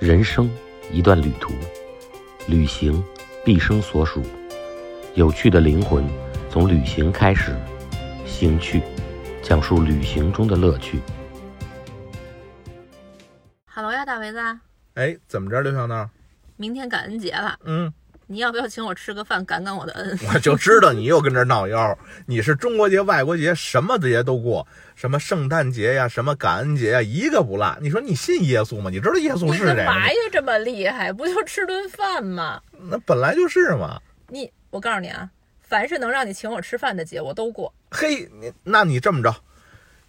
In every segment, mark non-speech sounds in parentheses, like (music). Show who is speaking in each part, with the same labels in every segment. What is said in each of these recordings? Speaker 1: 人生一段旅途，旅行毕生所属。有趣的灵魂从旅行开始，兴趣讲述旅行中的乐趣。
Speaker 2: 哈喽呀，大梅子，啊
Speaker 3: 哎，怎么着，刘小闹？
Speaker 2: 明天感恩节了，
Speaker 3: 嗯，
Speaker 2: 你要不要请我吃个饭，感感我的恩？
Speaker 3: (laughs) 我就知道你又跟这儿闹腰。你是中国节、外国节，什么节都过，什么圣诞节呀，什么感恩节呀，一个不落。你说你信耶稣吗？你知道耶稣
Speaker 2: 你
Speaker 3: 是谁
Speaker 2: 干
Speaker 3: 吗
Speaker 2: 嘛？呀？这么厉害，不就吃顿饭吗？
Speaker 3: 那本来就是嘛。
Speaker 2: 你，我告诉你啊，凡是能让你请我吃饭的节，我都过。
Speaker 3: 嘿，你那你这么着，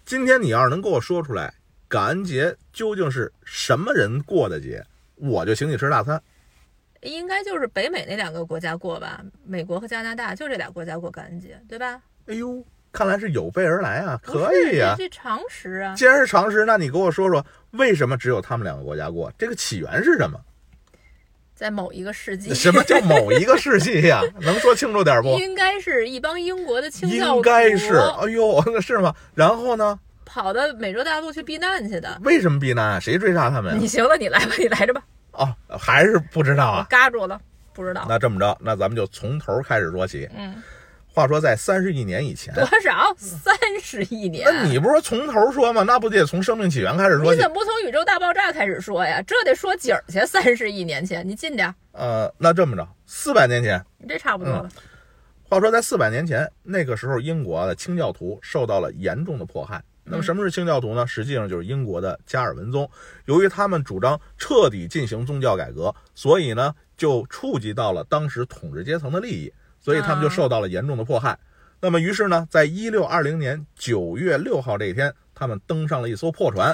Speaker 3: 今天你要是能给我说出来，感恩节究竟是什么人过的节，我就请你吃大餐。
Speaker 2: 应该就是北美那两个国家过吧，美国和加拿大就这俩国家过感恩节，对吧？
Speaker 3: 哎呦，看来是有备而来啊，
Speaker 2: 不是
Speaker 3: 可以呀、
Speaker 2: 这这常识啊。
Speaker 3: 既然是常识，那你给我说说，为什么只有他们两个国家过？这个起源是什么？
Speaker 2: 在某一个世纪，
Speaker 3: (laughs) 什么叫某一个世纪
Speaker 2: (laughs)
Speaker 3: 呀、能说清楚点不？
Speaker 2: 应该是一帮英国的清教徒啊
Speaker 3: 应该是，哎呦， (laughs) 那是吗？然后呢？
Speaker 2: 跑到美洲大陆去避难去的。
Speaker 3: 为什么避难啊？谁追杀他们
Speaker 2: 你
Speaker 3: 呀？
Speaker 2: 行了，你来吧，你来着吧，
Speaker 3: 哦，还是不知道
Speaker 2: 我
Speaker 3: 啊。
Speaker 2: 嘎住了，不知道。
Speaker 3: 那这么着，那咱们就从头开始说起。
Speaker 2: 嗯，
Speaker 3: 话说在三十亿年以前，
Speaker 2: 多
Speaker 3: (laughs)
Speaker 2: 少？三十亿年？
Speaker 3: 那你不是说从头说吗？那不得从生命起源开始
Speaker 2: 你
Speaker 3: 说起
Speaker 2: 怎？么不从宇宙大爆炸开始说呀？这得说景儿去，三十亿年前，你近点儿，
Speaker 3: 呃，那这么着，四百年前，
Speaker 2: 你这差不多了。
Speaker 3: 嗯话说在四百年前，那个时候英国的清教徒受到了严重的迫害。那么什么是清教徒呢？实际上就是英国的加尔文宗。由于他们主张彻底进行宗教改革，所以呢就触及到了当时统治阶层的利益，所以他们就受到了严重的迫害。那么于是呢，在一六二零年九月六号这一天，他们登上了一艘破船，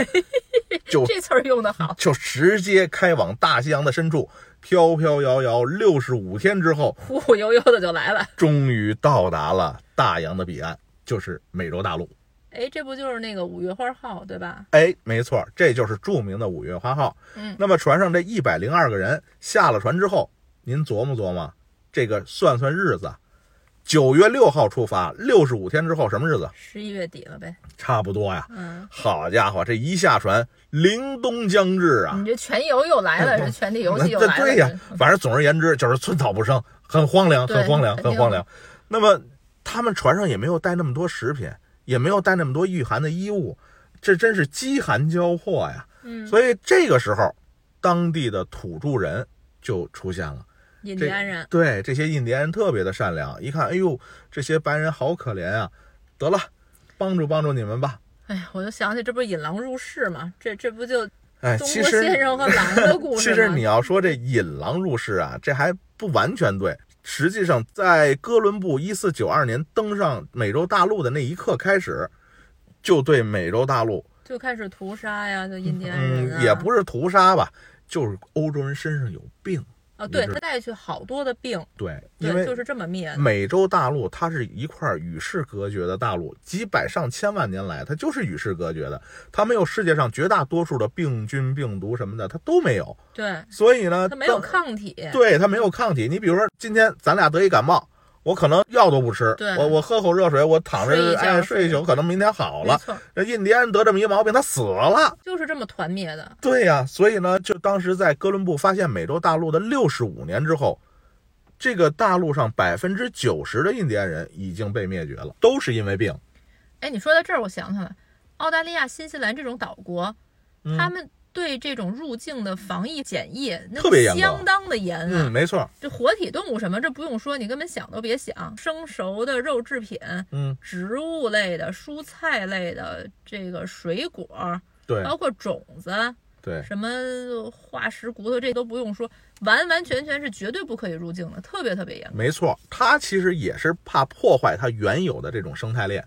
Speaker 3: 就
Speaker 2: (laughs) 这词儿用的好，
Speaker 3: 就直接开往大西洋的深处，飘飘摇摇六十五天之后，
Speaker 2: 忽忽悠悠的就来了。
Speaker 3: 终于到达了大洋的彼岸，就是美洲大陆。
Speaker 2: 哎，这不就是那个五月花号对吧？
Speaker 3: 哎，没错，这就是著名的五月花号。
Speaker 2: 嗯
Speaker 3: 那么船上这一百零二个人下了船之后，您琢磨琢磨，这个算算日子，九月六号出发，六十五天之后什么日子？
Speaker 2: 十一月底了呗。
Speaker 3: 差不多呀。
Speaker 2: 嗯，
Speaker 3: 好家伙，这一下船，凛冬将至啊！哎
Speaker 2: 你这全游又来了，这全体游戏又来了。
Speaker 3: 对呀，反正总而言之就是寸草不生，很荒凉，
Speaker 2: 对
Speaker 3: 很荒凉，
Speaker 2: 肯定
Speaker 3: 很荒凉。那么他们船上也没有带那么多食品，也没有带那么多御寒的衣物，这真是饥寒交迫呀。
Speaker 2: 嗯，
Speaker 3: 所以这个时候，当地的土著人就出现了。
Speaker 2: 印
Speaker 3: 这
Speaker 2: 第安人，
Speaker 3: 对这些印第安人特别的善良，一看，哎呦，这些白人好可怜啊，得了，帮助帮助你们吧。
Speaker 2: 哎呀，我就想起这不是引狼入室吗？这这不就中
Speaker 3: 哎，
Speaker 2: 国
Speaker 3: 其实
Speaker 2: 先生和狼的故事
Speaker 3: (laughs) 其
Speaker 2: 吗？
Speaker 3: 实你要说这引狼入室啊，这还不完全对。实际上，在哥伦布一四九二年登上美洲大陆的那一刻开始，就对美洲大陆，
Speaker 2: 就开始屠杀呀，就印第安人啊，
Speaker 3: 嗯，也不是屠杀吧，就是欧洲人身上有病。
Speaker 2: 啊，对
Speaker 3: 你知
Speaker 2: 他带去好多的病，
Speaker 3: 对，因
Speaker 2: 对，
Speaker 3: 为嗯
Speaker 2: 就是这么灭的。
Speaker 3: 美洲大陆它是一块与世隔绝的大陆，几百上千万年来它就是与世隔绝的，它没有世界上绝大多数的病菌、病毒什么的，它都没有。
Speaker 2: 对，
Speaker 3: 所以呢，
Speaker 2: 他没有
Speaker 3: 当
Speaker 2: 抗体。
Speaker 3: 对它没有抗体。你比如说，今天咱俩得一感冒，我可能药都不吃，
Speaker 2: 对
Speaker 3: 我我喝口热水，我躺
Speaker 2: 睡一
Speaker 3: 着
Speaker 2: 觉
Speaker 3: 哎睡一宿，可能明天好
Speaker 2: 没
Speaker 3: 了。
Speaker 2: 错，
Speaker 3: 那印第安人得这么一毛病，他死了。
Speaker 2: 就是这么团灭的。
Speaker 3: 对呀、所以呢，就当时在哥伦布发现美洲大陆的六十五年之后，这个大陆上百分之九十的印第安人已经被灭绝了，都是因为病。
Speaker 2: 哎，你说到这儿，我想起来，澳大利亚、新西兰这种岛国，
Speaker 3: 嗯
Speaker 2: 他们对这种入境的防疫检疫那
Speaker 3: 特别严格
Speaker 2: 相当的严啊。
Speaker 3: 嗯，没错。
Speaker 2: 这活体动物什么，这不用说，你根本想都别想。生熟的肉制品、
Speaker 3: 嗯，
Speaker 2: 植物类的、蔬菜类的，这个水果，
Speaker 3: 对
Speaker 2: 包括种子，
Speaker 3: 对，
Speaker 2: 什么化石骨头，这都不用说，完完全全是绝对不可以入境的，特别特别严格。
Speaker 3: 没错。他其实也是怕破坏他原有的这种生态链。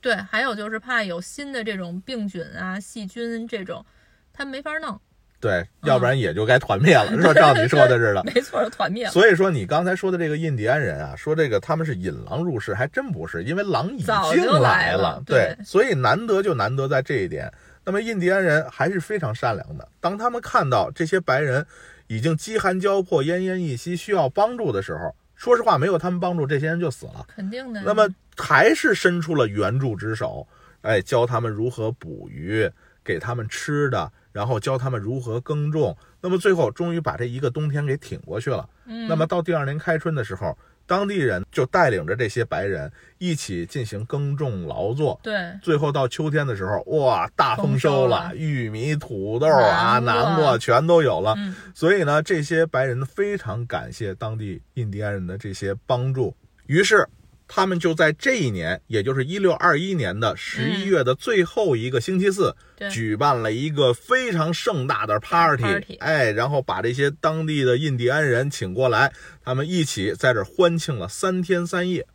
Speaker 2: 对，还有就是怕有新的这种病菌啊、细菌这种，它没法弄。
Speaker 3: 对，要
Speaker 2: 嗯
Speaker 3: 不然也就该团灭了，是吧？照你说的似的。
Speaker 2: (laughs) 没错，团灭了。
Speaker 3: 所以说，你刚才说的这个印第安人啊，说这个他们是引狼入室，还真不是，因为狼已经
Speaker 2: 早就来
Speaker 3: 来
Speaker 2: 了
Speaker 3: 对，
Speaker 2: 对
Speaker 3: 所以难得就难得在这一点。那么印第安人还是非常善良的，当他们看到这些白人已经饥寒交迫、奄奄一息，需要帮助的时候，说实话，没有他们帮助，这些人就死了。
Speaker 2: 肯定的呀。
Speaker 3: 那么还是伸出了援助之手，哎，教他们如何捕鱼，给他们吃的，然后教他们如何耕种。那么最后终于把这一个冬天给挺过去了。
Speaker 2: 嗯，
Speaker 3: 那么到第二年开春的时候，当地人就带领着这些白人一起进行耕种劳作。
Speaker 2: 对，
Speaker 3: 最后到秋天的时候，哇，大丰收
Speaker 2: 丰收了
Speaker 3: 玉米、土豆啊、
Speaker 2: 南瓜
Speaker 3: 南瓜全都有了。
Speaker 2: 嗯
Speaker 3: 所以呢，这些白人非常感谢当地印第安人的这些帮助，于是他们就在这一年，也就是一六二一年的十
Speaker 2: 嗯
Speaker 3: 一月的最后一个星期四，
Speaker 2: 对
Speaker 3: 举办了一个非常盛大的 party，,
Speaker 2: party
Speaker 3: 哎，然后把这些当地的印第安人请过来，他们一起在这儿欢庆了三天三夜，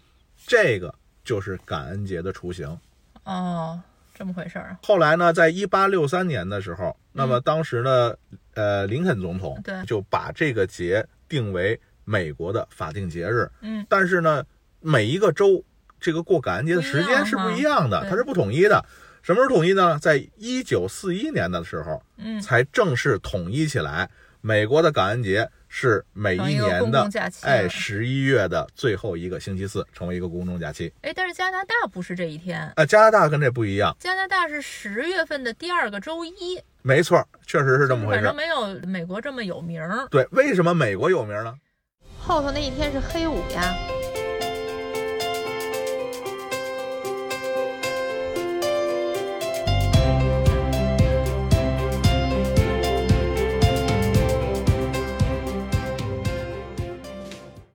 Speaker 3: 这个就是感恩节的雏形。
Speaker 2: 哦，这么回事儿啊，
Speaker 3: 后来呢，在一八六三年的时候，那么当时呢，呃，林肯总统
Speaker 2: 嗯对
Speaker 3: 就把这个节定为美国的法定节日。
Speaker 2: 嗯，
Speaker 3: 但是呢，每一个州这个过感恩节的时间是不一样的，
Speaker 2: 不一样哈
Speaker 3: 它是不统一的。什么时候统一呢？在一九四一年的时候
Speaker 2: 嗯，
Speaker 3: 才正式统一起来，美国的感恩节是每
Speaker 2: 成为一个
Speaker 3: 年
Speaker 2: 公
Speaker 3: 的
Speaker 2: 共假期
Speaker 3: 哎
Speaker 2: 了
Speaker 3: 十一月的最后一个星期四，成为一个公众假期。
Speaker 2: 哎，但是加拿大不是这一天，
Speaker 3: 啊，加拿大跟这不一样，
Speaker 2: 加拿大是十月份的第二个周一，
Speaker 3: 没错，确实是这么回
Speaker 2: 反
Speaker 3: 事
Speaker 2: 正。没有美国这么有名儿。
Speaker 3: 对，为什么美国有名呢？
Speaker 4: 后头那一天是黑五呀，